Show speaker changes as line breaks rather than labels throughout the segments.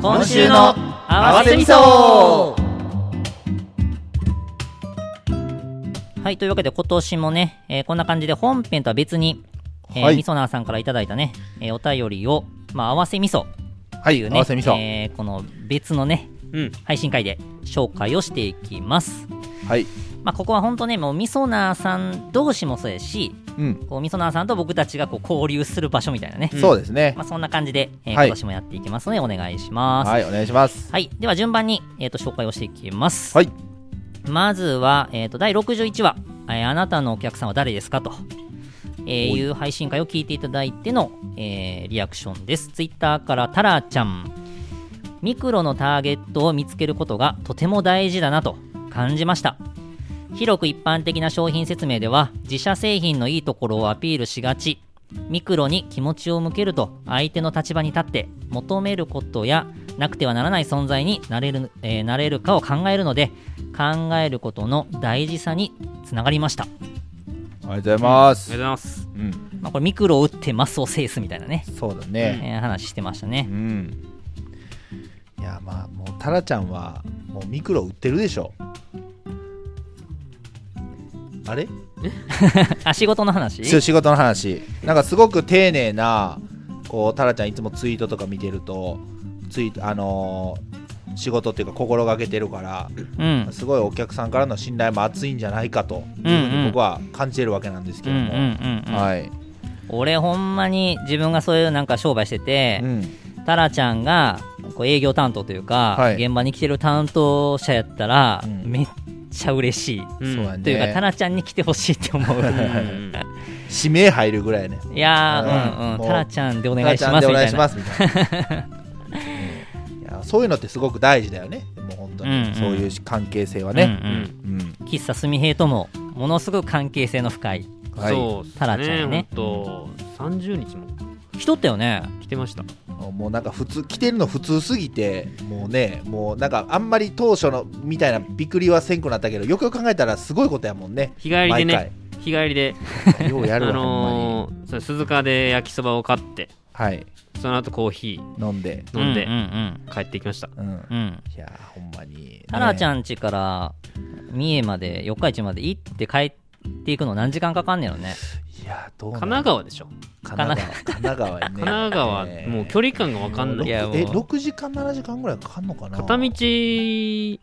今週の合わせみそはい、というわけで今年もね、えーこんな感じで本編とは別に、えー
はい
みそなーさんからいただいたね、えーお便りを、まあ、合わせみそ
は
とい
い、
う
合
ね、
わせ味噌。
えーこの別のね、
うん
配信会で紹介をしていきます。
はい。
まあ、ここは本当ね、もうみそなーさん同士もそうですし、
うん、
こうみそなーさんと僕たちがこう交流する場所みたいなね、
そうですね
ま。あ、そんな感じで、えー今
はい
年もやっていきますので、お願いします。はい、
はい、お願いします。
では順番に、えー、と紹介をしていきます。
はい。
まずは、えー、と第61話、えーあなたのお客さんは誰ですか?」と、えーいう配信会を聞いていただいての、えーリアクションですツイッターからタラちゃんミクロのターゲットを見つけることがとても大事だなと感じました広く一般的な商品説明では自社製品のいいところをアピールしがちミクロに気持ちを向けると相手の立場に立って求めることやなくてはならない存在になれる,、えーなれるかを考えるので考えることの大事さにつながりました、
おはようございま
ありがとうござ
す。
います
うん、
まあ、これミクロを打ってマスを制すみたいなね、
そうだね。
えー話してました
う
ね
ん。いや、まあ、もう、タラちゃんは、もうミクロ売ってるでしょ。あれ
あ仕事の話
そう仕事の話なんかすごく丁寧なこうタラちゃんいつもツイートとか見てるとツイートあのー仕事っていうか心がけてるから
うん
すごいお客さんからの信頼も厚いんじゃないかというふ
うんうん
うに僕は感じてるわけなんですけ
うんう
ど
ん
も、
うんうん、
はい、
俺ほんまに自分がそういうなんか商売してて、
うん、
タラちゃんがこう営業担当というか、
はい
現場に来てる担当者やったら、
うん
めっちゃ嬉しい、
うん
そうやね
というかタラちゃんに来てほしいって思う
うん
指名入るぐらいやね
いやー、うん
うん
う
も
ん、
う
タラちゃんでお
お
願いします
でお
みた
願い
い
し
な
ますみたいなうんいやそういうのってすごく大事だよねもう本当に、
うんうん
そういう関係性はね、
うんうん
うん
喫茶すみへいともものすごく関係性の深い
はい
そうっす
タラちゃん
ね
ね
ほんと30日も
人ったよね
来てました
もうなんか普通着てるの普通すぎてもうねもうなんかあんまり当初のみたいなびっくりはせんくなったけどよくよく考えたらすごいことやも んね
日帰りでね日帰りで
毎回ようや
あ
るわ、ほんまに
のーそう鈴鹿で焼きそばを買って
はい
その後コーヒ
飲んで
ー飲んで
うんうん
帰ってきました
うん
うんうん
いやーほんまに
タラちゃん
ね
家から三重まで四日市まで行って帰っていくの何時間かかんねやろね
いやーどう
神
な
奈
の
川でしょ
神奈川神奈川やね
神奈川もう距離感が分かんない
いやもう
え6時間7時間ぐらいかかんのかな
片道3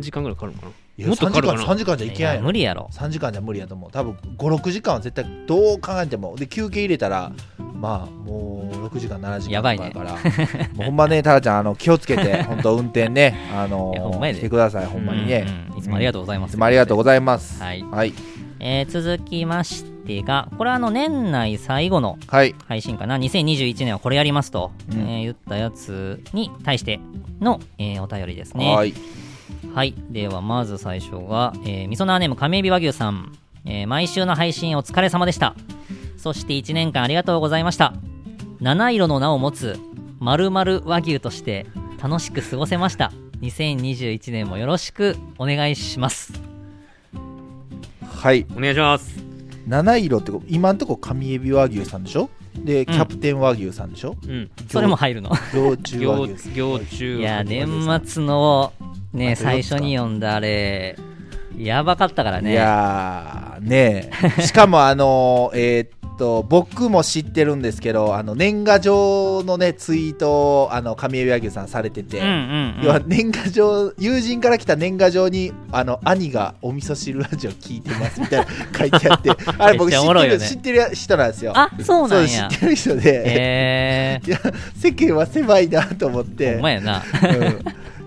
時間ぐらいかかるのか
い
な
や
もっとかかるか
3
な
時間3時間じゃいけない
や
の
無理やろ
3時間じゃ無理やと思う多分56時間は絶対どう考えてもで休憩入れたらまあもう6時間7時
や
間
ば
と
い
か
ね
やからもうほんまねタラちゃんあの気をつけて 本当運転ねあの
いやほんまやで
してくださいほんまにね、
うんうんいつもありがとうございま
い
す、
つもありがとうございます
はい
はい
えー続きましてがこれはあの年内最後の
はい
配信かな2021年はこれやりますと、
うん
えー言ったやつに対しての、えーお便りですね
はい
はい。では、まず最初が、えー、みそなーネーム亀エビ和牛さん。えー毎週の配信お疲れ様でした。そして1年間ありがとうございました。七色の名を持つ、〇〇和牛として楽しく過ごせました。2021年もよろしくお願いします。
はい
お願いします
七色ってこ今んとこ上エビ和牛さんでしょでキャプテン和牛さんでしょ、
うん
それも入るの。
常駐和
行
牛さん
行中
いや、年末の、ね、
あと四
最
つか
初に読んだあれ、やばかったからね。
いやーね えしかもあのーえーっと僕も知ってるんですけどあの年賀状のねツイートをあの上上牛さんされてて、
うんうん、うん。
要は年賀状友人から来た年賀状にあの兄がお味噌汁ラジオ聞いてますみたいな書いて あってあれ僕
めっち
知
ゃおも
って
ろいよ
る
ね
知ってる人なんですよ
あ、そうなん
知
や。
ってる人で、
え
いや世間は狭いなと思っ
ー、
て
ほんまやな。
うん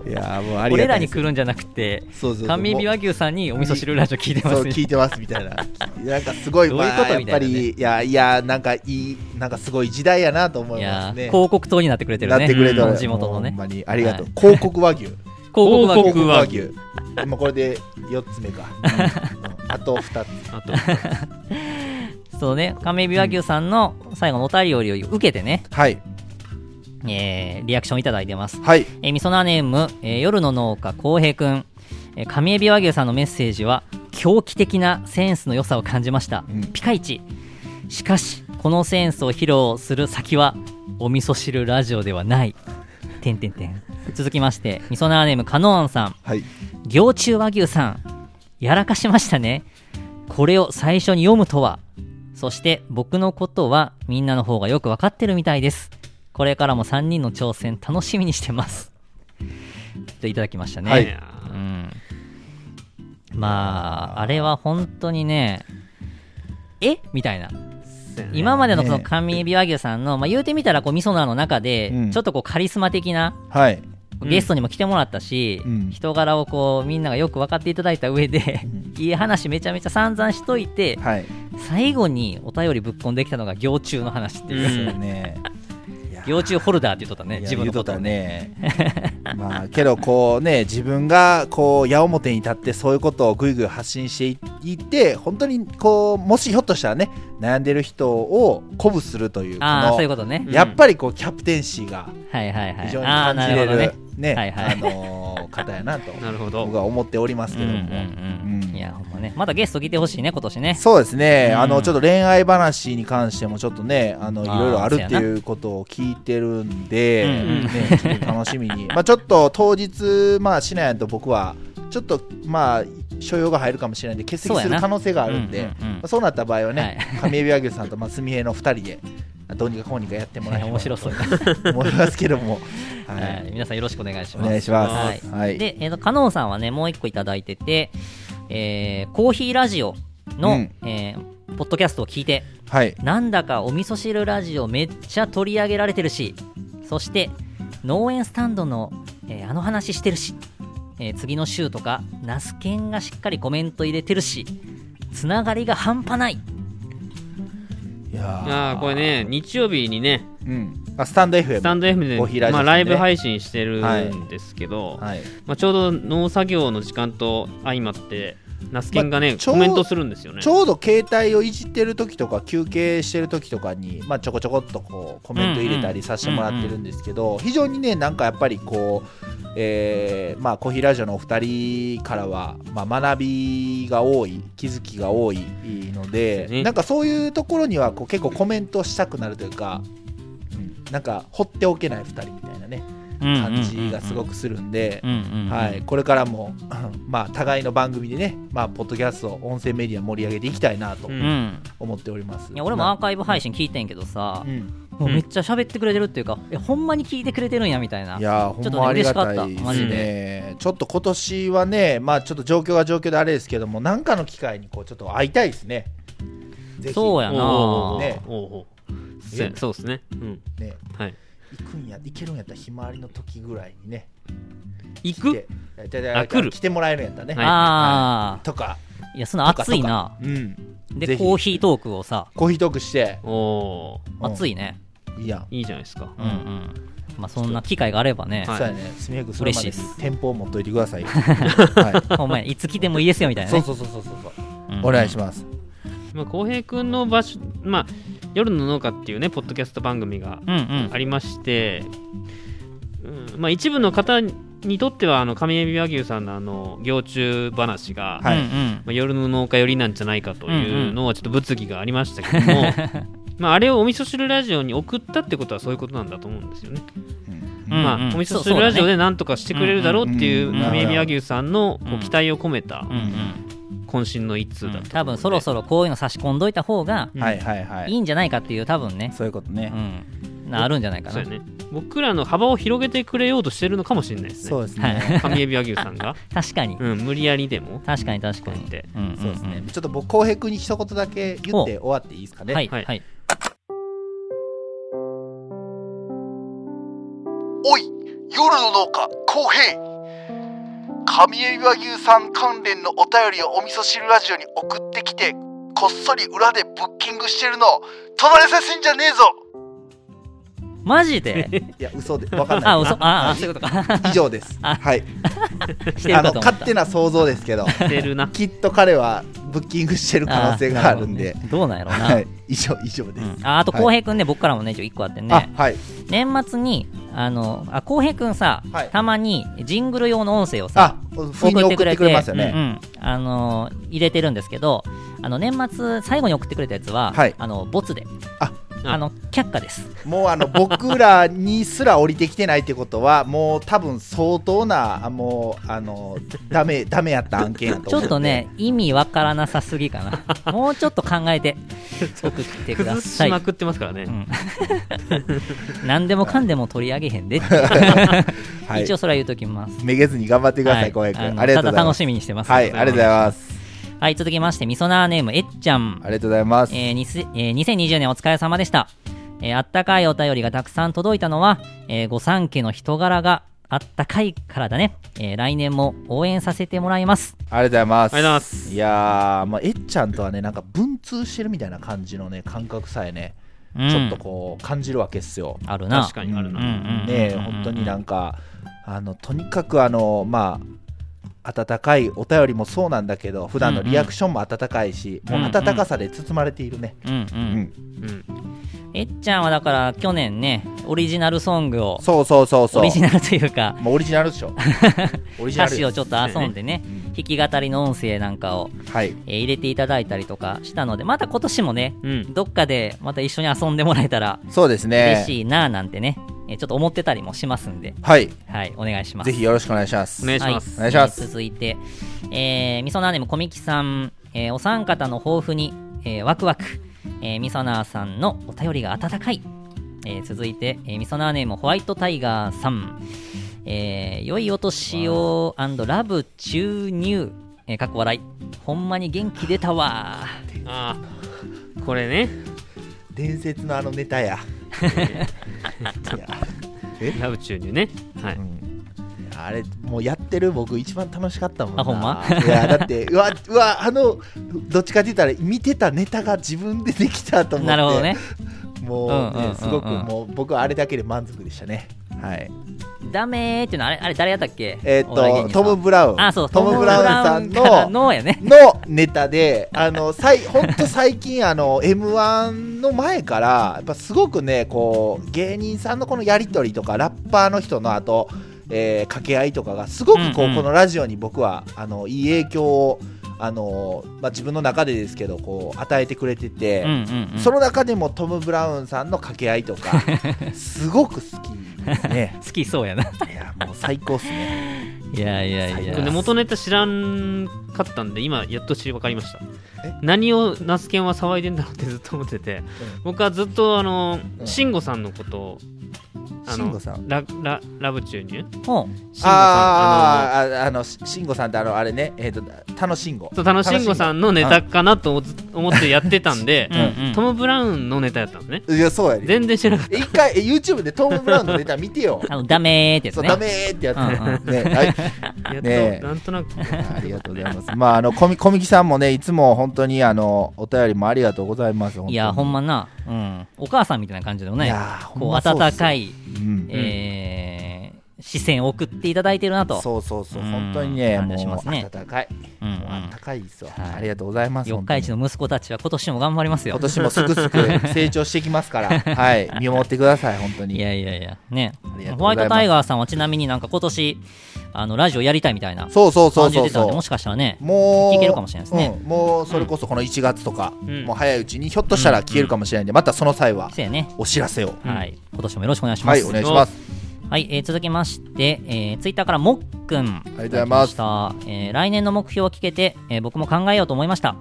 いやーもうあり
俺
がた
ら
いで
に
す
来るんじゃなくて
そうそうそう
神美和牛さんにお味噌汁ラジオ聞いてま
そう
す
聞いてますみたいななんかすごい
どういうこと
まあやっ
みた
ぱ
いなね
りいやいやなんかいいなんかすごい時代やなと思
い
い
や
ま
ー
すね
広告塔になってくれてる
な
ね
ってくれた
う
ら
ん地元の
もうほ
ね
んま
広
にありがとう
は
広 告和牛
告和
広
牛
告和牛
広告和牛今これで四つ目かうんあと二つ
あと
そうね神美和牛さんの最後のお便りを受けてね、
はい
えーリアクションいただいてます
はい
えー、みそなネーム、えー夜の農家浩平くん、えー、上海老和牛さんのメッセージは狂気的なセンスの良さを感じました、
うん
ピカイチしかしこのセンスを披露する先はお味噌汁ラジオではないてんてんてん。続きまして、みそなーネーム、カノーンさん。
はい。
行中和牛さんやらかしましたねこれを最初に読むとはそして僕のことはみんなの方がよくわかってるみたいですこれからも3人の挑戦楽しみにしてますといただきましたね、
は
や
い
うん、まああれは本当にねえみたいな
せやね
今までのその
ね
上海和牛さんの、まあ、言うてみたらこうミソナーの中で
うん
ちょっとこうカリスマ的な、
はい。
うん
ゲストにも来てもらったし、
うん
人柄をこうみんながよく分かっていただいた上で、いい話めちゃめちゃ散々しといて、
はい。
最後にお便りぶっこんできたのが行中の話っていう、
うん
ね。
行中ホルダーって言っとったね
いや
自分のことをね
言うとったね まあけどこうね自分がこう矢面に立ってそういうことをぐいぐい発信していって本当にこうもしひょっとしたらね悩んでる人を鼓舞するという
ああ
この
そういうことね、
と
やっぱりこうキャプテンシーが
はいはいはい
非常に
ああ
感
な
じれ
るほど
る
ね
ね
はいはい
あのー方や なと
なるほ
僕
ど。
は思っております
うん
け
う
ど
ん
も、
うん、
うん
いやほんまねまだゲスト来てほしいね今年ね
そうですね、
うん
あのちょっと恋愛話に関してもちょっとねあの
あ
い
ー
ろいろあるっていうことを聞いてるんで、
うんうん
ね、ちょっと楽しみに まあちょっと当日まあしなやんと僕はちょっとまあ所要が入るかもしれないんで欠席
そう
す
やな
る可能性があるんで
うんうんうん
まあそうなった場合はね、上海和牛さんとまあ純平の2人でどうにかこうにかやってもらえれば
面白そうや
と思いますけども、は、
はいい、皆さんよろしくお願いし
お
ます
願いします。
はい
はい
で、えーと、カノンさんはね、もう一個いただいてて、えーコーヒーラジオの、
うん
えーポッドキャストを聞いて、
はい
なんだかお味噌汁ラジオめっちゃ取り上げられてるし、そして、農園スタンドの、えーあの話してるし、えー次の週とか、ナスケンがしっかりコメント入れてるし、つながりが半端ない。
いやー
ああ、これね、日曜日にね、
うん、あスタンド FM
スタンド FM
お昼ラ
で、
ジオですね
まあ、ライブ配信してるんですけど、
はい
まあ、ちょうど農作業の時間と相まって、ナスケンが
ま
ね
あ、ちょう
コメントするんですよね
ち。ょうど携帯をいじってる時とか休憩してる時とかに、まあ、ちょこちょこっとこうコメント入れたりさせてもらってるんですけど、非常にねなんかやっぱりこう、えーまあ、コーヒーラジオのお二人からは、まあ、学びが多い気づきが多いの
そうで
で、
すね
なんかそういうところにはこう結構コメントしたくなるというか、うんなんか放っておけない二人みたいなね感じがすご
く、
くするんで。
うんうんうん
はい、これからも、 まあ、互いの番組でね、まあ、ポッドキャスト音声メディア盛り上げていきたいなと
うん
うん
思っております。
いや俺もアーカイブ配信聞いてんけどさ、
うん、
もうめっちゃ喋ってくれてるっていうか、えほんまに聞いてくれてるんやみたいないち
やー
ょ
ほ
っ
ん
とね
まありがたい
嬉しかった
で
マ
す
ジ
ね。ちょっと今年はね、まあ、ちょっと状況が状況であれですけども、なんかの機会にこうちょっと会いたいですね。ぜひ
そうや
お
な
うおうおう
ね
おうおうせそうですね。うん。
ね、
はい。
行くんや、行けるんやったら、ひまわりの時ぐらいにね、
行
来
く
て、いただいた
あ来る
来てもらえるんやったらね。
はい
ああ、
とか、
いや、その熱いな。
とかとかうん、ぜ
で、
ひ
コーヒートークをさ、
コーヒートークして、
おおー
うん
熱いね。
いいやん。
いいじゃないですか。
うんうん。まあ、そんな機会があればね、
はい
そうやね、すみやくそれまで
嬉しいです
店舗を持っといてく ださい。は
お前、いつ来てもいいですよみたい
い、
な
そう
ね。
そうそうそうそう、
うん
お願いします。
まあ、浩平君の場所、まあ、夜の農家っていうね、ポッドキャスト番組が
うんうん
あ。りまして、うんまあ、一部の方にとっては、あの上海老和牛さんのあの行中話が、
はい
うんうん
まあ、夜の農家寄りなんじゃないかと
ん
いううんのは、ちょっと物議がありましたけど も、まあ、あれをお味噌汁ラジオに送ったってことは、そういうことなんだと思うんですよね。
うん
うん
まあ、お味噌汁ラジオでなんとかしてくれるだろうっていううん
うん
上海老和牛さんの
うん
こう期待を込めた
うんうん
渾身の一通だったと思うんで
多分そろそろこういうの差し込んどいた方が
うん
はいはいはいい。
いんじゃないかっていう、多分ね、
そういうことね
う。ん、なあるんじゃないか
そう
な
や。ね僕らの幅を広げてくれようとしてるのかもしれないですね
そうです
は
ね。
上海老和牛さん が、
確かに、
うん、無理やりでも
確かに確かに
こうやって。
うんうんうん
そうですね。ちょっと僕、浩平君に一言だけ言って終わっていいですかね。
はいは
はいい
はい。
おい夜の農家公平上海和牛さん関連のお便りをお味噌汁ラジオに送ってきてこっそり裏でブッキングしてるの隣させんじゃねえぞ
マジ で
いや、嘘で、わかんない。
あ、嘘、ああ、そういうことか。
以上です。
あ
はい。
してる
あ
か
の、
と思った。
勝手な想像です けど、
してるな
きっと彼はブッキングしてる可能性があるんで。
ー。どうなんやろうな。
はい。以上、以上で
う
す。
んああと、浩平くんね、僕からもね、一応1個あって
あ
ね、、
はい。
年末に、あの、あ、浩平くんさ、
はい
たまにジングル用の音声をさ
あ、、不意に送ってくれますよ
うんう
ね。
んあのー入れてるんですけど、あの、年末、最後に送ってくれたやつは、
はい
あの、ボツで、
あ、
あ
あの却下です
もうあの僕らにすら降りてきてないってことはもう多分相当なあもうあのダメダメやった案件やと
ちょ
思う
っとね意味わからなさすぎかな もうちょっと考えて送ってくだ
崩
さ
し
い
まくってますからね、
うん、何でもかん でも取り上げへんでって、
はい
一応それは言うときます
めげずに頑張ってください、
はい
浩平
あ
君
の
ありがと
た
うござ
だ
いま
楽
す
しみにしてます
はいありがとうございます
はい続きましてみそなーネームえっちゃん
ありがとうございます、
えーにせえー2020年お疲れ様でした、えーあったかいお便りがたくさん届いたのは、えー、御三家の人柄があったかいからだね、えー来年も応援させてもらいます
ありがとうございます
ありがとうございます
いやー、まあ、えっちゃんとはねなんか文通してるみたいな感じのね感覚さえね、
うん
ちょっとこう感じるわけっすよ
あるな
確かにあるな、
うんうん
ねえ
うんうんうん
本当になんかあのとにかくあのまあ温かいお便りもそうなんだけど普段のリアクションも温かいし、
うんうん
もう温かさで包まれているね、
うんう
うん
ん
うん
えっちゃんはだから去年ねオリジナルソングを
そうそうそうそう
オリジナルというか
もうオリジナル でしょオリジナ
歌
ル
詞をちょっと遊んでね
うん
弾き語りの音声なんかを、
はい
えー入れていただいたりとかしたのでまた今年もね
うん
どっかでまた一緒に遊んでもらえたら
そうで
嬉
すね
しいなあなんてね、えーちょっと思ってたりもしますんで
はい
はいお願いします
ぜひよろしくお願いします
お願いします、
お願いします
えー続いて、えー、みそなーネームコミキさん、えーお三方の抱負に、えーワクワク、えーみそなーさんのお便りが温かい、えー続いて、えーみそなーネームホワイトタイガーさん、えー良いお年をラブ注入、えー、かっこ笑いほんまに元気出たわ
ああこれね
伝説のあのネ タやいやえ
ラブチューにねはい、
うんあれもうやってる僕一番楽しかったもんな
あほんま
いやだってう わうわあのどっちかって言ったら見てたネタが自分でできたと思って
なるほどね
もう,、
うんうんうんうん
すごくもう僕はあれだけで満足でしたねはい
ダメーっていうのはあれあれ誰やったっけ
え
お笑い
ーっ
芸
と
人さ
ト
ん
ム・ブラウン
あそう
トム・ブラウンさん
トムブラウンから
の
のやね
のネタで、あの、さい、ほんと最近、あの、M1 の前から、やっぱすごくね、こう、芸人さんのこのやりとりとか、ラッパーの人の後、えー掛け合いとかが、すごくこう、
うんうん
このラジオに僕は、あの、いい影響を、あの、まあ、自分の中でですけど、こう、与えてくれてて、
うんうんうん
その中でもトム・ブラウンさんの掛け合い とか、すごく好きですね。
好きそうやな
いや、もう最高っすね。
いやいやいや
最高
で元ネタ知らんかったんで今やっと知り分かりました
え
何をナスケンは騒いでんだろうってずっと思ってて、僕はずっとあの
うん
慎吾さんのことをあ
慎吾
の
さん。
ラララブ注入慎吾
ほう、
さんあ
あーああのし慎吾さんってあのあれねえっ、と楽しんご
の楽慎吾さんのネタかなと思思ってやってたんで
うんうん
トム・ブラウンのネタやったんですね
いやそうやで
全然知らなかっ
一回え YouTube でトム・ブラウンのネタ見て よ
あのダメーってやつ
そう
ね
ダメーってやつね,、はい
たやっ
ね
と、
え
なんとなく
ありがとうございますまああのコミコミキさんもねいつも本当にあのお便りもありがとうございます
いやほん
ま
まな、うん、お母さんみたいな感じの
い
ね
やほん
こう
まそうっす
温かい、
うん
えー視線を送っていただいてるなと
そうそうそう
うん
本当にね
感
も
じし
う
ますね
温かい、
うんうん
もう温かいですよ、
はい
ありがとうございます
四日市
本当に
の息子たちは今年も頑張りますよ
今年もすくすく成長してきますから はい見守ってください本当
い
に
やいやいやね
ありがとうございます
ホワイトタイガーさんはちなみになんか今年あのラジオやりたいみたいな
そうそうそ
感
う
じ
そ
出
う
てたん
そ
で
う
もしかしたらね
もう
いけるかもしれないですね
うんもうそれこそこの1月とか、
ん
もう早いうちにひょっとしたら消えるかもしれないんで、またその際は
そうやね、
お知らせを、
はい今年もよろしくお願いしま
は
す
いお願いします
はい、えー続きまして、えーツイッターからもっくん。あり
がとうございます
えー来年の目標を聞けて、えー僕も考えようと思いました。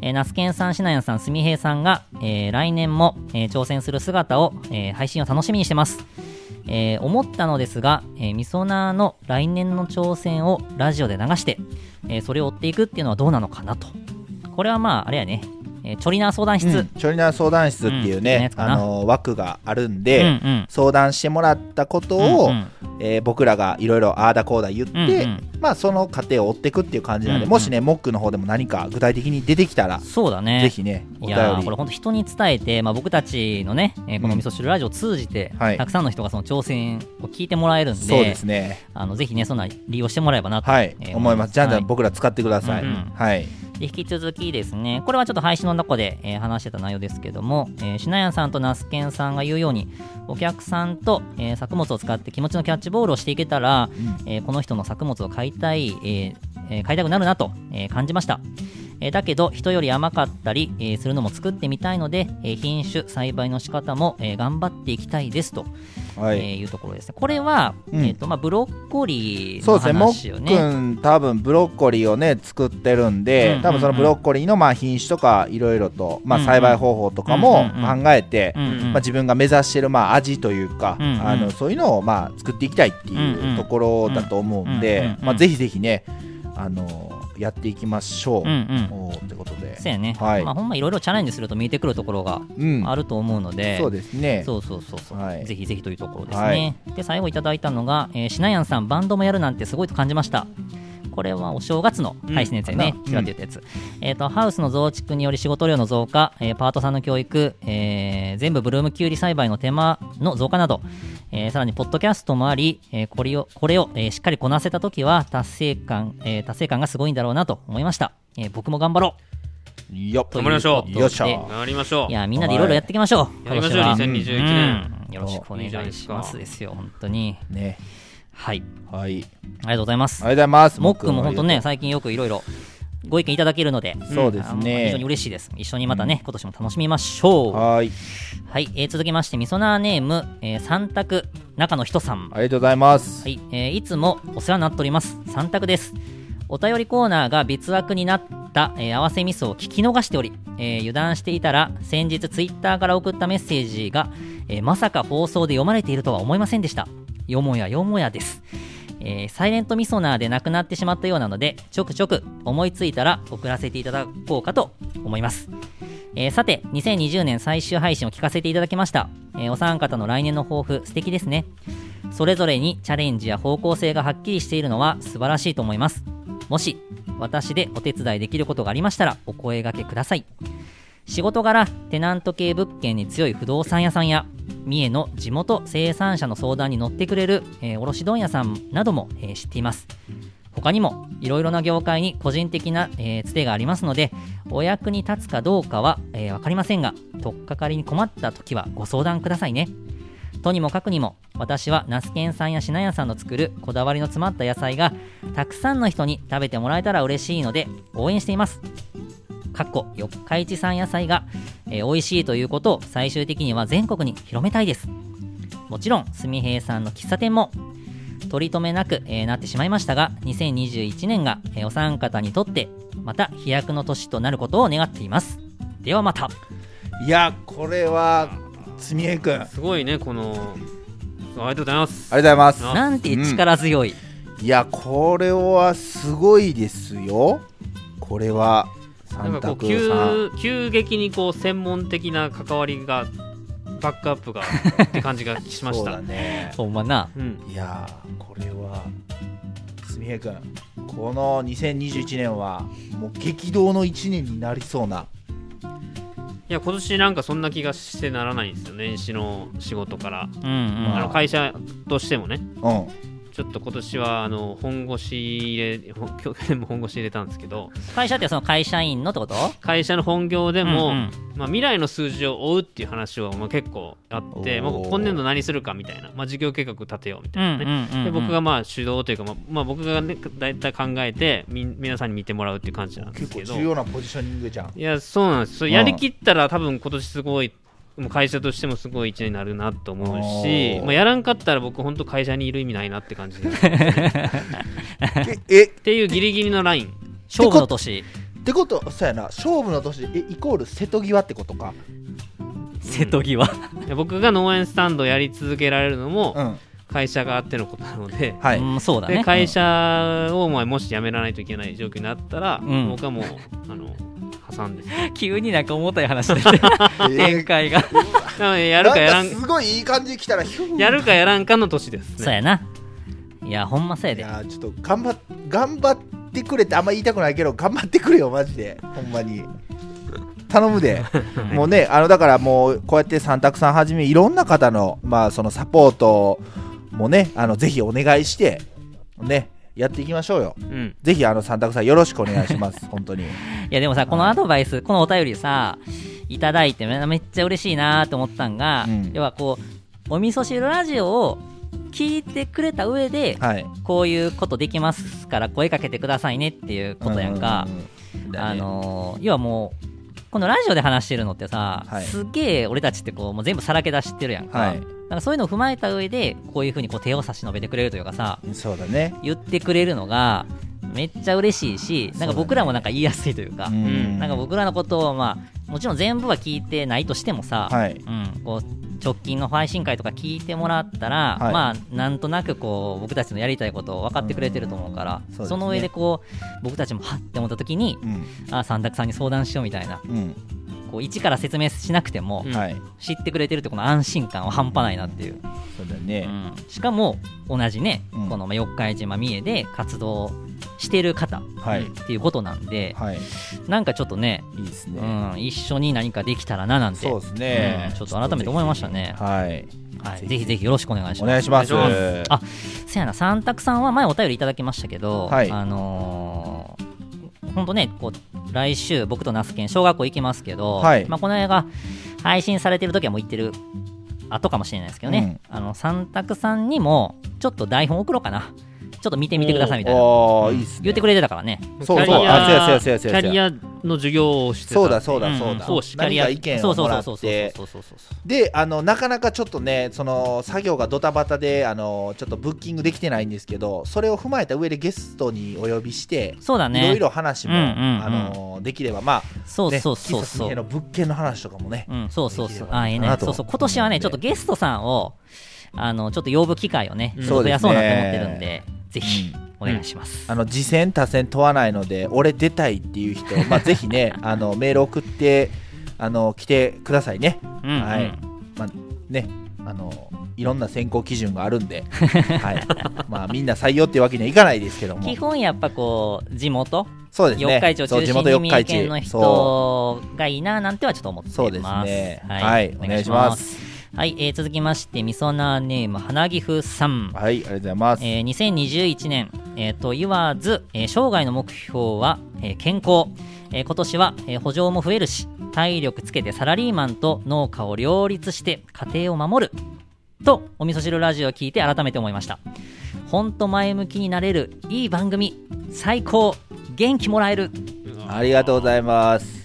えー、ナスケンさん、シナヤンさん、すみへいさんが、えー来年も、えー挑戦する姿を、えー配信を楽しみにしてます。えー思ったのですが、えー、みそなーの来年の挑戦をラジオで流して、えーそれを追っていくっていうのはどうなのかなと。これはまあ、あれやね、えーちょりなー相談室。
うんちょいな相談室ってい
うん
う
いい
ね
や、つかな
あの枠があるん
うん
で、
うん
相談してもらったことを、
うんうん
えー僕らがいろいろああだこうだ言って、
うんうん
まあ、その過程を追っていくっていう感じなんで、
うんうん
もしねモックの方でも何か具体的に出てきたら、
そうだね。
ぜひねお
い
便
やー
り
これ本当人に伝えて、まあ、僕たちのね、えーこの味噌汁ラジオを通じて、
はい
たくさんの人がその挑戦を聞いてもらえるんで
そうですね
あのぜひねそんな利用してもらえばなと、
はい、
えー
思いますじゃんじゃ
はい
ん僕ら使ってください、
うんうん
はい
で引き続きですねこれはちょっと配信の中で、えー話してた内容ですけども、えー、しなやんさんと那須研さんが言うようにお客さんと、えー作物を使って気持ちのキャッチボールをしていけたら、えーこの人の作物を買いたい、えーえー買いたくなるなと、えー感じました、ええーだけど人より甘かったり、えーするのも作ってみたいので、えー品種栽培の仕方も、えー頑張っていきたいですと、
はい
いえーいうところですねこれは、
うん
えーとまあ、ブロッコリー
そう
の
ですね、もっ
話よね
くん、多分ブロッコリーをね、作ってるん
うんうん
で
う、ん
多分そのブロッコリーのまあ品種とか、いろいろと、まあ、
うんうん
栽培方法とかも
うんうんうん
考えて、
うんうん
まあ、自分が目指してるまあ味というか、
うんうん
あのそういうのをまあ作っていきたいって
うんう
い
ん
うところだと思うん
うんうん
で
う、ん
まあ、ぜひぜひね、あのやっていきましょう。
うんうん
おーってことで、
そうやね、
はい
まあ、ほんまいろいろチャレンジすると見えてくるところが
うん
あると思うので、
そうですね。
そうそうそうそう、
はい
ぜひぜひというところですね、で最後いただいたのが、えーシナヤンさんバンドもやるなんてすごいと感じましたこれはお正月の
うん
配信ですよね、
かな
ちらっと言ったやつ、えーとハウスの増築により仕事量の増加、えーパートさんの教育、えー全部ブルームキュウリ栽培の手間の増加など、えーさらにポッドキャストもあり、えーこれをこれを、えーしっかりこなせた時は達成感、えー達成感がすごいんだろうなと思いました、えー僕も頑張ろ
よっ
う
頑張りましょう
とい
よっ
こ
し
と
ゃ
で
頑張りましょ
いうやみんなでいろいろやっていきましょう
やりましょう
今年は
2021年
うんよろしくお願いしますですよ本当に
ね。
はい
はい。あり
あり
が
がとうございます
とうございます。
もっくんも本当ね
あ
最近よくいろいろご意見いただけるので
りがとうそうで
あ
す
の非常に
ね。
嬉しいです一緒にまたね、今年も楽しみましょうは
はい。
い、えー続きましてみそなーネーム、えー、三択中の人さん
ありがとうございます
は。い、えーいつもお世話になっております三択ですお便りコーナーが別枠になった、えー合わせミスを聞き逃しており、えー油断していたら先日ツイッターから送ったメッセージが、えーまさか放送で読まれているとは思いませんでしたよもやよもやです、えーサイレントミソナーでなくなってしまったようなのでちょくちょく思いついたら送らせていただこうかと思いますえーさて2020年最終配信を聞かせていただきました、えーお三方の来年の抱負素敵ですねそれぞれにチャレンジや方向性がはっきりしているのは素晴らしいと思いますもし私でお手伝いできることがありましたらお声掛けください仕事柄テナント系物件に強い不動産屋さんや三重の地元生産者の相談に乗ってくれる、えー卸問屋さんなども、えー知っています他にもいろいろな業界に個人的な、えーつてがありますのでお役に立つかどうかは、え分かりませんが取っかかりに困った時はご相談くださいねとにもかくにも私はナスケンさんやシナヤさんの作るこだわりの詰まった野菜がたくさんの人に食べてもらえたら嬉しいので応援していますかっこ四日市産野菜が、えー美味しいということを最終的には全国に広めたいですもちろんすみへいさんの喫茶店も取り留めなく、えーなってしまいましたが2021年が、えーお三方にとってまた飛躍の年となることを願っていますではまた
いや、これは、つみえくん。ありがと
すごいねこのありがとうございます
うございます。
あ
なんて力強い、
いや、これはすごいですよ。これは、
なん
三
かこう
択さん。
急急激にこう専門的な関わりがバックアップがって感じがしま
そ
し
う
た
だ
う,、、
ね。
ほんまなん
いやー、これは、すみへくん、この2021年は、もう激動の1年になりそうな。
いや今年なんかそんな気がしてならないんですよ年始の仕事から
うんうん
あの会社としてもね
うん。
ちょっと今年はあの本腰入れほ ん去年も本腰入れたんですけど
会社ってその会社員のってこと
会社の本業
で
でも、
うんうん
まあ、未来の数字を追うっていう話はまあ結構あって、まあ、
おー
今年度何するかみたいな、まあ、事業計画立てようみたいなね、
うんうんうん
で僕がまあ主導というか、まあまあ、僕がね大体考えてみ皆さんに見てもらうっていう感じなんです
結
け
構
ど
重要なポジショニングじゃん。
いやそうなんですそれ
うん
やりきったら多分今年すごいもう会社としてもすごい1年になるなと思うし
お、ー
まあ、やらんかったら僕本当会社にいる意味ないなって感じ っ
え、え、って
いうギリギリのライン
勝負の年
てこと、そうやな、勝負の年、え、イコール瀬戸際ってことか。
瀬戸際
いや僕が農園スタンドやり続けられるの
う
も
ん。
会社があってのことなので、
は
う
い。
んそうだ
で
ね
会社をまあもし辞めらないといけない状況になったら、
うん
僕はもうあの挟んで
急になんか重た い話でして展開が
な のでやるかやらん
なんかすごいいい感じに来たら、ひゅー
やるかやらんかの年です
そう
ね。
やないやほんまそうや
い
で
やーちょっと頑張っ頑張ってくれってあんま言いたくないけど頑張ってくれよマ ジでほんまに頼むでもうねあのだからもうこうやって三択さんはじめいろんな方のまあそのサポートもねあのぜひお願いしてねやっていきましょうよ
うん、
ぜひあの三択さんよろしくお願いしま す本当に
いやでもさこのアドバイスこのお便りさいただいてめめっちゃ嬉しいなと思ったんが
うん
要はこうお味噌汁ラジオを聞いてくれた上で
はい
こういうことできますから声かけてくださいねっていうことやんか
ううう
あのー要はもうこのラジオで話してるのってさ、
はい
すげえ俺たちってこうもう全部さらけ出してるやんか,、
はい
なんかそういうのを踏まえた上でこういうふうにこう手を差し伸べてくれるというかさ
そうだね
言ってくれるのがめっちゃ嬉しいしなんか僕らもなんか言いやすいというか
う
うん
なんか僕らのことを、まあ、もちろん全部は聞いてないとしてもさ、
はい
うん、こう直近の配信会とか聞いてもらったら、
はい
まあ、なんとなくこう僕たちのやりたいことを分かってくれてると思うから
うんそう
そ
ですね
の上でこう僕たちもはっって思った時に
うん
あ三択さんに相談しようみたいな
うん
こう一から説明しなくても、
うん
はい
知ってくれてるってこの安心感は半端ないなっていう、
そうだ
う
ね
んしかも同じね、
うん
このまあ四日市まあ三重で活動してる方
は
う
い
ん
っていうことなんで、
はい
なんかちょっとね
いいですね
うん、一緒に何かできたらななんて
そうですね
うんちょっと改めて思いましたね
はい
はい、ぜひぜひよろしくお願いし
お
ま
願い
す
します
お願い
あせやな三択さんは前お便りいただきましたけど、
はい
あの本当ねこう来週僕と那須県小学校行きますけど、
はい
まあ、この映画配信されてる時はもう行ってる後かもしれないですけどね、あの三択さんにもちょっと台本送ろうかなちょっと見てみてくださいみたいな
おーいいっすね
言ってくれてたからね
そう
キ
そう
ャリア
あそうやそうやそうやそ
キ
う
ャ
や
リアの授業をしてた
そうだそうだ
ん
そうだ
そうしっか
何
り
か意見
そう
を
そ
も
うそ
ら
うそ
っ
うそう
て
そうそうそう
であのなかなかちょっとねその作業がドタバタであのちょっとブッキングできてないんですけどそれを踏まえた上でゲストにお呼びして
そうだ
い
ね
ろいろ話も、
うんうんうん
あのできればま
そ
あ、
う
ね、
そうそう
喫茶
そう、
店の物件の話とかもね、
うん、そうそうそう。あ、
で
ええ
きればいいか
ね
な。と
そうそう。今年はね、ちょっとゲストさんを、あの、ちょっと呼ぶ機会をね、ちょっと増やそうなと思ってるんで、ぜひ、お願いします。
あの次戦他戦問わないので俺出たいっていう人、まあ、ぜひねあのメール送ってあの来てくださいね
うんうん
はいまあねあのいろんな選考基準がある んで、はいまあ、みんな採用っていうわけにはいかないですけども
基本やっぱこう、地元、
そうですね
四日市を
そう
中
地
心
元
に
四
三
日
重県の
市そ
人がいいななんてはちょっと思ってま
う
す。
そうですねはい、お願いし
お
ま
願いし
す
ますはい、えー続きまして、みそなーネーム、花岐阜さん。
はいありがとうございます、
えー2021年、えーと言わず、えー生涯の目標は、えー健康、えー今年は、えー補助も増えるし体力つけてサラリーマンと農家を両立して家庭を守るとお味噌汁ラジオを聞いて改めて思いましたほんと前向きになれるいい番組最高元気もらえる
ありがとうございます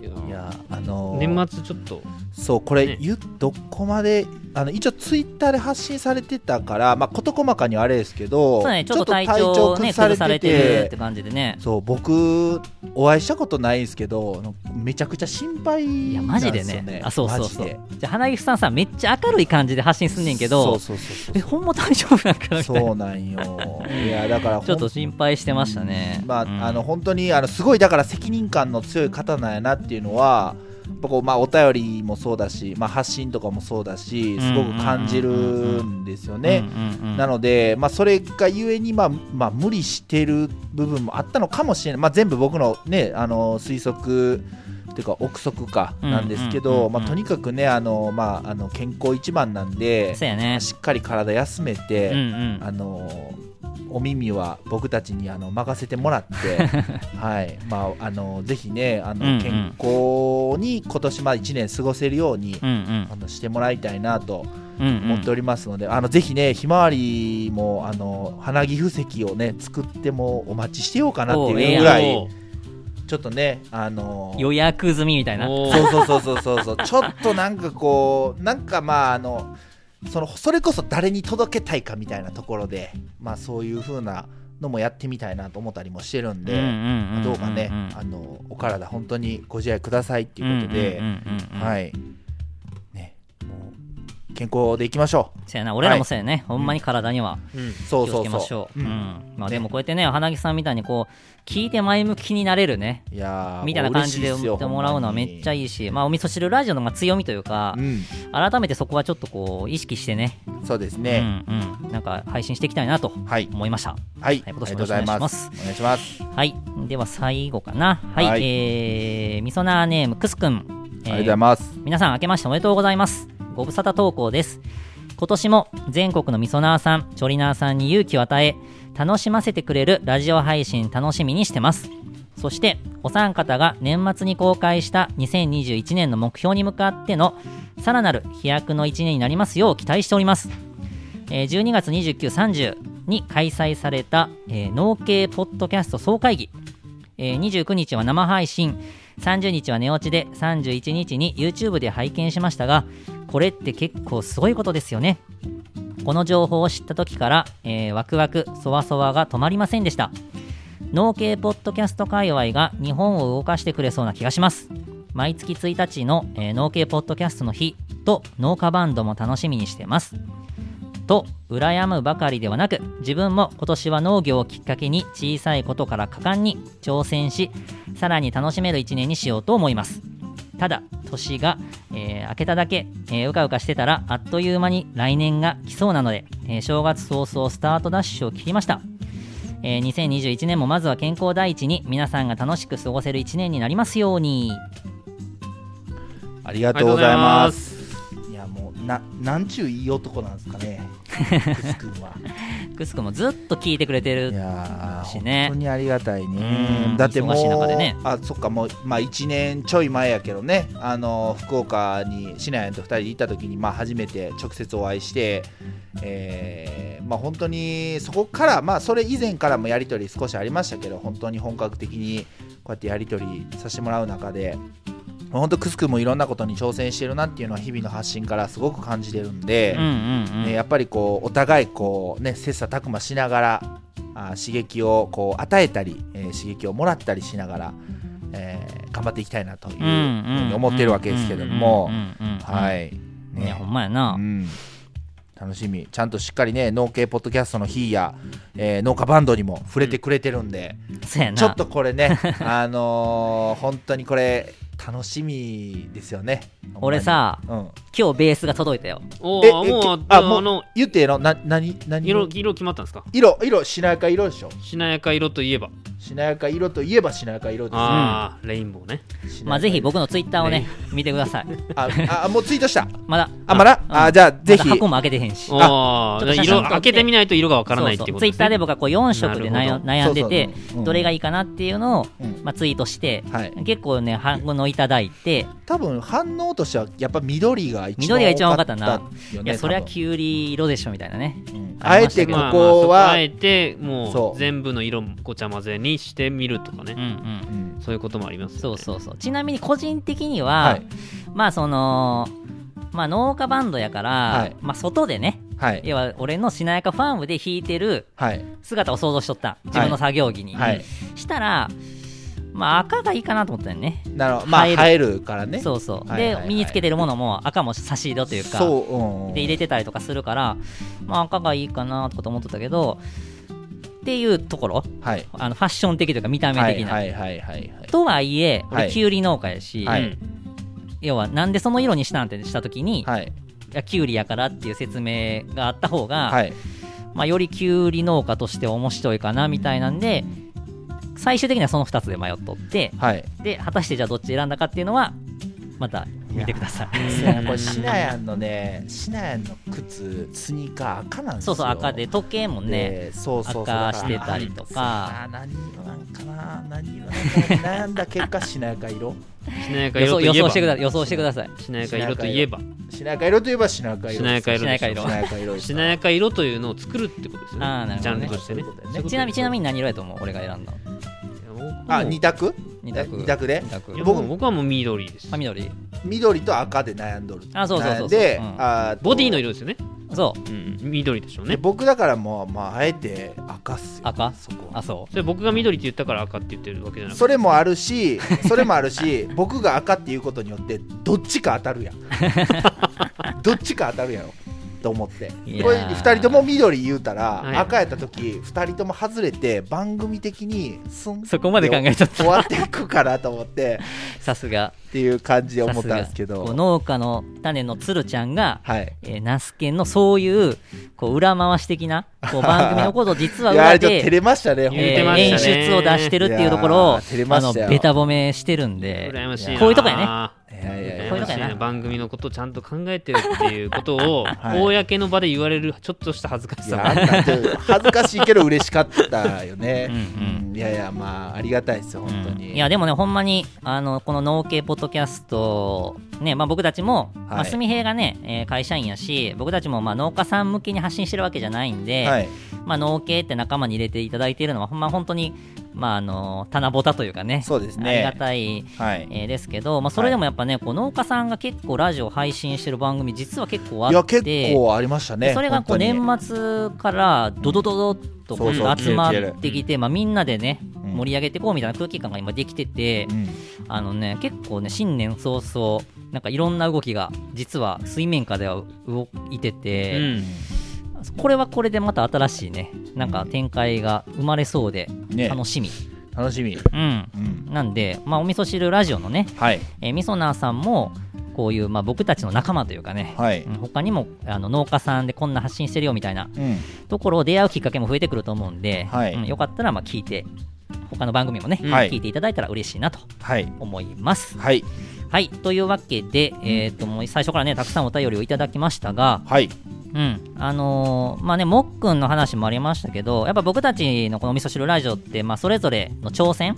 いや
いやあのー
年末ちょっと
そうこれ、
ね
ゆどこまであの一応ツイッターで発信されてたから、まあ、事細かにはあれですけ
そ
ど
うだねちょっと体調をね崩されてるって感じでね
そう僕お会いしたことないんですけどあのめちゃくちゃ心配
いや
な
マ
ん
ジ
で
です
よ
ねあそうそう
マジ
そう
で
じゃあ花木さんさめっちゃ明るい感じで発信すんねんけど
そうそうそう
えほんま大丈夫なんかなみたい
そ
な
うそうなんよいやだからほん
ちょっと心配してましたね。
まあ、
うん
あの本当にあのすごいだから責任感の強い方なんやなっていうのはやっぱこうまあ、お便りもそうだし、まあ、発信とかもそうだしすごく感じるんですよね。
うんうんうん
なので、まあ、それがゆえに、まあまあ、無理してる部分もあったのかもしれない、まあ、全部僕の,、ね、あの推測というか憶測か
うん
なんですけ
うんうんう
ど、
ん
まあ、とにかくねあの、まあ、あの健康一番なんで
そうやね。
しっかり体休めて、
うんうん。
あのお耳は僕たちにあの任せても らって、はいまあ、あのぜひねあの、
うんうん
健康に今年まあ1年過ごせるように、
うんうん
あのしてもらいたいなと
うんうん
思っておりますので、あのぜひねひまわりもあの花木布石をね作ってもお待ちしてようかなって
おうええ
い
や
うんぐらい
おう
ちょっとねあの
予約済みみたいな。。
おう
そうそうそうそうそう そうちょっとなんかこうなんかまああのそのそれこそ誰に届けたいかみたいなところでまあそういう風なのもやってみたいなと思ったりもしてるんで、まあどうかね、あのお体本当にご自愛くださいっていうことで、はいいねもう健康でいきましょ
そうやな。俺らもそうやね。ほんまに体には
うん
うそう
気
そ
をつ
う
け
そ
ま
う
しょう。う
うん
ん。まあ
ね
でもこうやってね、花木さんみたいにこう、聞いて前向きになれるね。
いやー
みたいな感じで
もう嬉し
思
いすよ
ってもらうのはめっちゃ
い
いいし、まあお味噌汁ラジオのまあ強みというか、改めてそこはちょっとこう、意識してね、
うん、そうです
う
ね、
んうん。なんか配信していきたいなと
はい
思いました。
はい、
は
あ
い
り
今
がと
年
う
も
ござい
よろ
ま
し
す
く
お願いします
はい。では最後かな。はい。
はい
えー、みそなーネーム、くすくん。え
あ
ー
りがとうございます
皆さん、明けましておめでとうございます。ご無沙汰投稿です。今年も全国のみそなーさん、チョリナーさんに勇気を与え、楽しませてくれるラジオ配信楽しみにしてます。そして、お三方が年末に公開した2021年の目標に向かっての、さらなる飛躍の一年になりますよう期待しております。えー12月29、30に開催された、えー農系ポッドキャスト総会議えー29日は生配信30日は寝落ちで31日に YouTube で拝見しましたがこれって結構すごいことですよねこの情報を知った時から、えーワクワクそわそわが止まりませんでした農系ポッドキャスト界隈が日本を動かしてくれそうな気がします毎月1日の、えー農系ポッドキャストの日と農家バンドも楽しみにしてますと羨むばかりではなく自分も今年は農業をきっかけに小さいことから果敢に挑戦しさらに楽しめる1年にしようと思いますただ年が、えー明けただけ、えーうかうかしてたらあっという間に来年が来そうなので、えー正月早々スタートダッシュを切りました、えー2021年もまずは健康第一に皆さんが楽しく過ごせる1年になりますように
ありがとうございます
す。
いやもうななんちゅういい男なんですかねクス君は
クスクもずっと聞いてくれて
い
る
やー、
しね
本当にありがたい
うん
ねだってもう
忙しい中でね
あそっかもう、まあ、1年ちょい前やけどねあの福岡にシナヤンと2人で行った時に、まあ、初めて直接お会いして、えーまあ、本当にそこから、まあ、それ以前からもやり取り少しありましたけど本当に本格的にこうやってやり取りさせてもらう中で。まあ本当クスクもいろんなことに挑戦してるなっていうのは日々の発信からすごく感じてるんで、
うんうんうん、
ね、やっぱりこうお互いこうね切磋琢磨しながらあー刺激をこう与えたり、えー刺激をもらったりしながら、えー頑張っていきたいなというふうに思ってるわけですけれどもはいい、
ね
ね
ほんまやな
うん、楽しみちゃんとしっかりね農系ポッドキャストの日や、えー農家バンドにも触れてくれてるんで、
そうやな
ちょっとこれね あのー本当にこれ楽しみですよね
俺、さ
ほんまにうん、
今日ベースが届いたよ
お
ええ
ーもう
け
あ
あ
の
もう
あの
言ってええのな何何
色色決まったんですか。
色色しなやか色でしょ
しなやか色といえば、
しなやか色といえばしなやか色です
ああレインボーね。
しなやか色
まあぜひ僕のツイッターをね見てください
ああもうツイートした
まだ
あまだあじゃあぜひ
まだ箱も開けてへんし
あ
ちょ
あ
っと写真
色
撮って
開けてみないと色がわからないっていうこと
ツイ
で
ッ
す
ターで
ね。
僕はこう4色で
な
悩
るほど
悩んでて
そうそううん
どれがいいかなっていうのを、
うん
まあ、ツイートして、
はい
結構ね反応いただいて
多分反応としてはやっぱ緑が一番
緑が一番多かったな
多よ
い
ね
やそりゃ
多分
キュウリ色でしょみたいなね
うん
あ
あ
り
え
ました
て
け
こ
ど
まあ
こ
まあそ
は
あえても
そうう
全部の色をごちゃ混ぜにしてみるとか
うん
ね、
うん
うん
そういうこともありますよね
そうそうそうちなみに個人的には、
はい
まあそのまあ農家バンドやから、
はい
まあ外でね
はい
要は俺のしなやかファームで弾いてる
はい
姿を想像しとった自分の作業着に、
はい
したらまあ赤がいいかなと思ったよね
なるほどまあ
映える
生えるからね
そうそう、
はいはいはい
で身につけてるものも赤も差し色というか
そううんうん
で入れてたりとかするから、まあ、赤がいいかなとかと思ってたけどっていうところ
はい
あのファッション的というか見た目
はい
的な、
はいはいはいはい
とはいえ俺
はい
キュウリ農家やし、
はい
うん
要はなんでその色にしたんってした時に、
はい
いやキュウリやからっていう説明があった方が、
はい
まあ、よりキュウリ農家として面白いかなみたいなんで最終的にはその2つで迷っとって
はい
で果たしてじゃあどっち選んだかっていうのはまた見てください
そうやなこれシナヤンのねシナヤンの靴スニーカー赤なんです
そ
よ
うそう赤で時計もね
でそうそうそう
赤してたりとか
あー何色なんかな何色なんかな悩んだ結果しなやか色
しなやか
予
色
想
といえ
予
ば
想してください予想してください
しなやか色といえば
しなやか色といえばしなやか色
しなやか色でしょ
しなやか色
しなやか色で
しなやか色というのを作るってことですよね
あーなるほ
ジャ
ど
ン
ね
ルとしてね
そういうことだよね
そういうこと
ちなみにちなみに何色やと思う俺が選んだの
あ二択
二択
え二択で
二択
いや
僕
僕も僕はもう緑です
あ緑
緑と赤で悩んどる
あそうそうそうそう
悩んで、
うん
あと
ボディの色ですよね、
そ
うん、緑でしょう
で
ね
僕だからもう、まあ、あえて赤っすよ
赤
そこ
う
は
あそ
それ僕が緑って言ったから赤って言ってるわけじゃなくて
それもあ るしそれもあるし僕が赤っていうことによってどっちか当たるやん どっちか当たるやろと思って
いやー
これ2人とも緑言うたら、
はい
赤やった時2人とも外れて番組的にスン
うそこまで考えちゃっ
終わっていくかなと思って
たさすが
っていう感じで
さ
思っ
す
たん
が
ですけ
こう
ど
農家の種のつるちゃんが
はい
えーナスケンのそういうこう裏回し的なこう番組のことを実はい
や
裏
あ れちょっと
で
照れましたねほん
言
とに
うてま
演
したね
出を出してるっていうところ
い
を
やー照れ
あ
ま
の
したよ
ベタ褒めしてるん
羨
で
ましいな
こういうとこやね
いやいやいや
こういう
羨ま
とこ
しい
やな
な番組のことちゃんと考えてるっていうこと を
はい
公の場で言われるちょっとした恥ずかし
い
さ
やあ
が
んたちょっと恥ずかしいけど嬉しかったよね
うんうん
うんいやいやまあありがたいですよ本当に、
いやでもねほんまにあのこの農系ポッドキャストねまあ僕たちも
い
まあすみ平がね、えー会社員やし僕たちもまあ農家さん向けに発信してるわけじゃないんで、
はい
まあ農系って仲間に入れていただいているのはほんま本当にまあ、あの棚ぼたというかね
そうですね
ありがたい、
はい
えーですけど、まあ、それでもやっぱね、こう農家さんが結構ラジオ配信してる番組実は結構あ
いや
って
結構ありましたね
それがこう
本当に
年末からドドドドっとこう
そうそう
集まってきて、まあ、みんなでね
うん
盛り上げていこうみたいな空気感が今できてて、
うん
あのね結構ね新年早々なんかいろんな動きが実は水面下では動いて
う
て、
ん
これはこれでまた新しいねなんか展開が生まれそうで
ね
楽しみ、
楽しみ、
うん
うん、
なんで、まあ、お味噌汁ラジオのね、
はい
えーみそなーさんもこういう、まあ、僕たちの仲間というかね、
はい
うん他にもあの農家さんでこんな発信してるよみたいな
うん
ところを出会うきっかけも増えてくると思うんで、
はい
うんよかったらまあ聞いて他の番組もね、
はい
聞いていただいたら嬉しいなと
はい
思います。
はい
はいというわけで、えー、ともう最初からねたくさんお便りをいただきましたが、
はい
うんあのーまあね、もっくんの話もありましたけどやっぱ僕たちのこの「お味噌汁ラジオ」って、まあ、それぞれの挑戦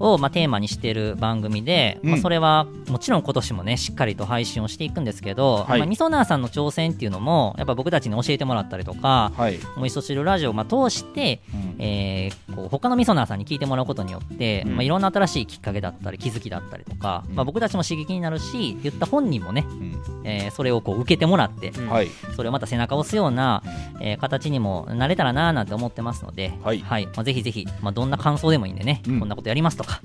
を、まあ、テーマにしてる番組で、
うん
まあ、それはもちろん今年もねしっかりと配信をしていくんですけど、
はい
まあ、みそなーさんの挑戦っていうのもやっぱ僕たちに教えてもらったりとか、
はい
お味噌汁ラジオをまあ通して、
うん
えーこう他のみそなーさんに聞いてもらうことによって、
うん
まあ、いろんな新しいきっかけだったり気づきだったりとか、
うん
まあ、僕たちも刺激になるし言った本人もね、
う
えーそれをこう受けてもらって
うん
んはい
それをまた背中を押すような、えー形にもなれたらなあなんて思ってますので、
はい
まあ、ぜひぜひ、まあ、どんな感想でもいいんでね、
うん
こんなことやりますとか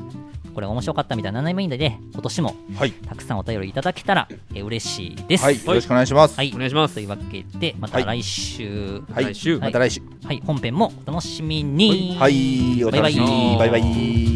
これが面白かったみたいな何でもいいんでね今年も
はい
たくさんお便りいただけたら、えー嬉しいです。
はいよろしくお願いします
はい
お願いします
というわけでまた来週、
はい
来週
また来週
はい、本編もお楽しみに。
はいお楽しみに
バ
バ
イバ
イバ
イ
イ